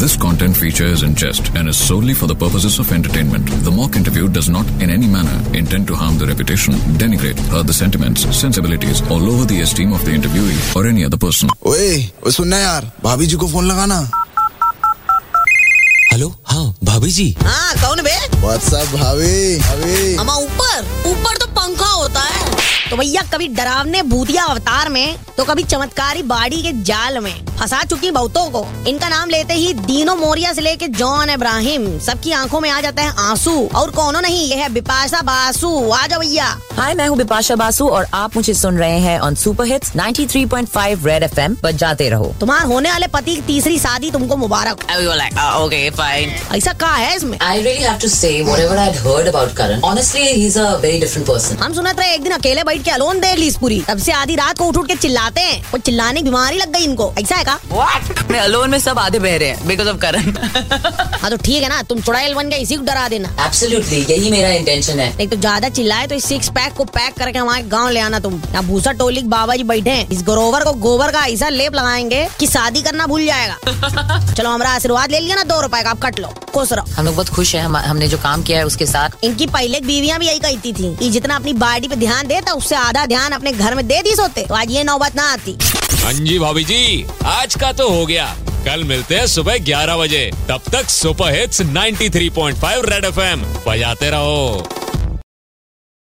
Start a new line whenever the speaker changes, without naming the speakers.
This content feature is in jest and is solely for the purposes of entertainment. The mock interview does not in any manner intend to harm the reputation, denigrate, hurt the sentiments, sensibilities, or lower the esteem of the interviewee or any other person.
ओए ओए सुनना यार भाभी जी को phone लगाना
hello हाँ भाभी जी
हाँ कौन बे
व्हाट्सअप भाभी भाभी
अमा ऊपर ऊपर तो पंखा होता है तो भैया कभी डरावने भूतिया अवतार में तो कभी चमत्कारी बाड़ी के जाल में फंसा चुकी बहुतों को इनका नाम लेते ही दीनो मोरिया से लेके जॉन इब्राहिम सबकी आंखों में आ जाता है आंसू और कौनो नहीं ये है बिपाशा बासु आ जाओ भैया
हाय मैं हूँ बिपाशा बासु और आप मुझे सुन रहे हैं on super hits 93.5 red FM पर जाते रहो
तुम्हारे होने वाले पति की तीसरी शादी तुमको मुबारक
ओके फाइन
ऐसा कहा है इसमें
I really have to say whatever I heard about Karan honestly he is a very different person
हम सुनत रहे एक दिन अकेले बैठ के अलोन देख ली इस पूरी तब से आधी रात को उठ उठ के चिल्लाते हैं और चिल्लाने की बीमारी लग गई इनको ऐसा है का
व्हाट मैं अलोन में सब आधे बह रहे हैं बिकॉज ऑफ करण
हाँ तो ठीक है ना तुम चुड़ैल बन के इसी को डरा देना
एब्सोल्युटली यही मेरा इंटेंशन है
नहीं तो ज्यादा चिल्लाए तो इस सिक्स पैक को पैक करके हमारे गांव ले आना तुम यहाँ भूसा टोलिक बाबा जी बैठे हैं इस गरोवर को गोबर का ऐसा लेप लगाएंगे कि शादी करना भूल जाएगा चलो हमारा आशीर्वाद ले लिया ना दो रुपए का आप कट लो खुश रहो
हम लोग बहुत खुश हैं हम, हमने जो काम किया है उसके साथ
इनकी पहले की बीवियां भी यही कहती थी कि जितना अपनी बॉडी पे ध्यान देता उससे आधा ध्यान अपने घर में दे दी सोते तो आज ये नौबत ना आती
हाँ जी भाभी जी आज का तो हो गया कल मिलते हैं सुबह 11 बजे तब तक सुपर हिट्स 93.5 रेड एफएम बजाते रहो